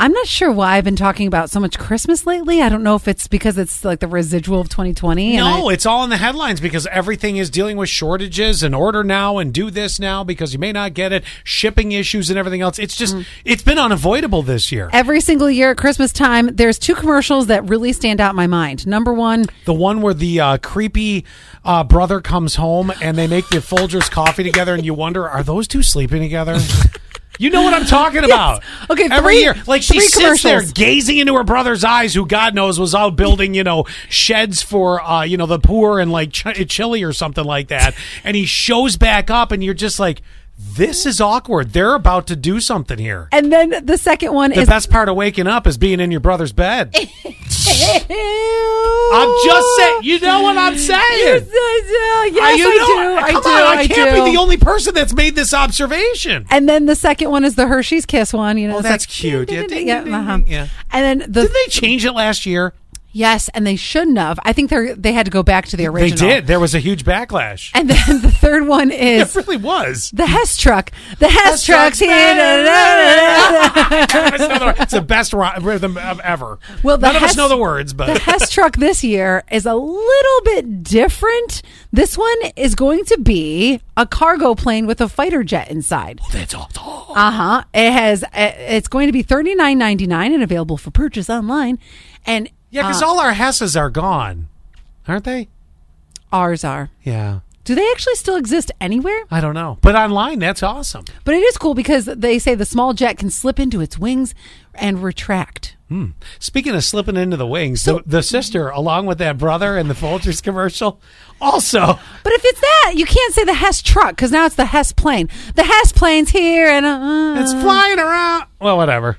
I'm not sure why I've been talking about so much Christmas lately. I don't know if it's because it's like the residual of 2020. and No, I- it's all in the headlines because everything is dealing with shortages and order now and do this now because you may not get it, shipping issues and everything else. It's just it's been unavoidable this year. every single year at Christmas time, there's two commercials that really stand out in my mind. Number one, The one where the uh, creepy uh, brother comes home and they make the Folgers coffee together, and you wonder, are those two sleeping together? You know what I'm talking about. Okay, every three- year, like she three sits there commercials. gazing into her brother's eyes, who God knows was out building, you know, sheds for, uh, you know, the poor and like Ch- Chile or something like that. And he shows back up, and you're just like, this is awkward. They're about to do something here. and then the second one The is best part of waking up is being in your brother's bed. Ew. I'm just saying. You know what I'm saying? You're so- so- Uh, yes, you I do. know- Come I do. on, I, can't do. be the only person that's made this observation. And then the second one is the Hershey's Kiss one. You know, Oh, it's that's like, cute. Yeah, ding, ding, ding, uh-huh. ding, yeah. And then the Didn't they change it last year? yes, and they shouldn't have. I think they they had to go back to the They original. did. There was a huge backlash. And then the third one It is really was. the Hess truck. The Hess, truck's truck's here. back. da, da, da, da. It's another- it's the best ri- rhythm of ever. Well, the none of us Hess- know the words, the but Hess truck this year is a little bit different. This one is going to be a cargo plane with a fighter jet inside. that's all. Uh huh. It has. It's going to be thirty nine ninety nine and available for purchase online. And Yeah, because uh, all our Hesses are gone, aren't they? ours are. Yeah, Do they actually still exist anywhere? I don't know, but online that's awesome. But it is cool because they say the small jet can slip into its wings and retract. Speaking of slipping into the wings, the, the sister, along with that brother in the Folgers commercial, also But if it's that, you can't say the Hess truck because now it's the Hess plane. The Hess plane's here and uh, it's flying around. Well, whatever.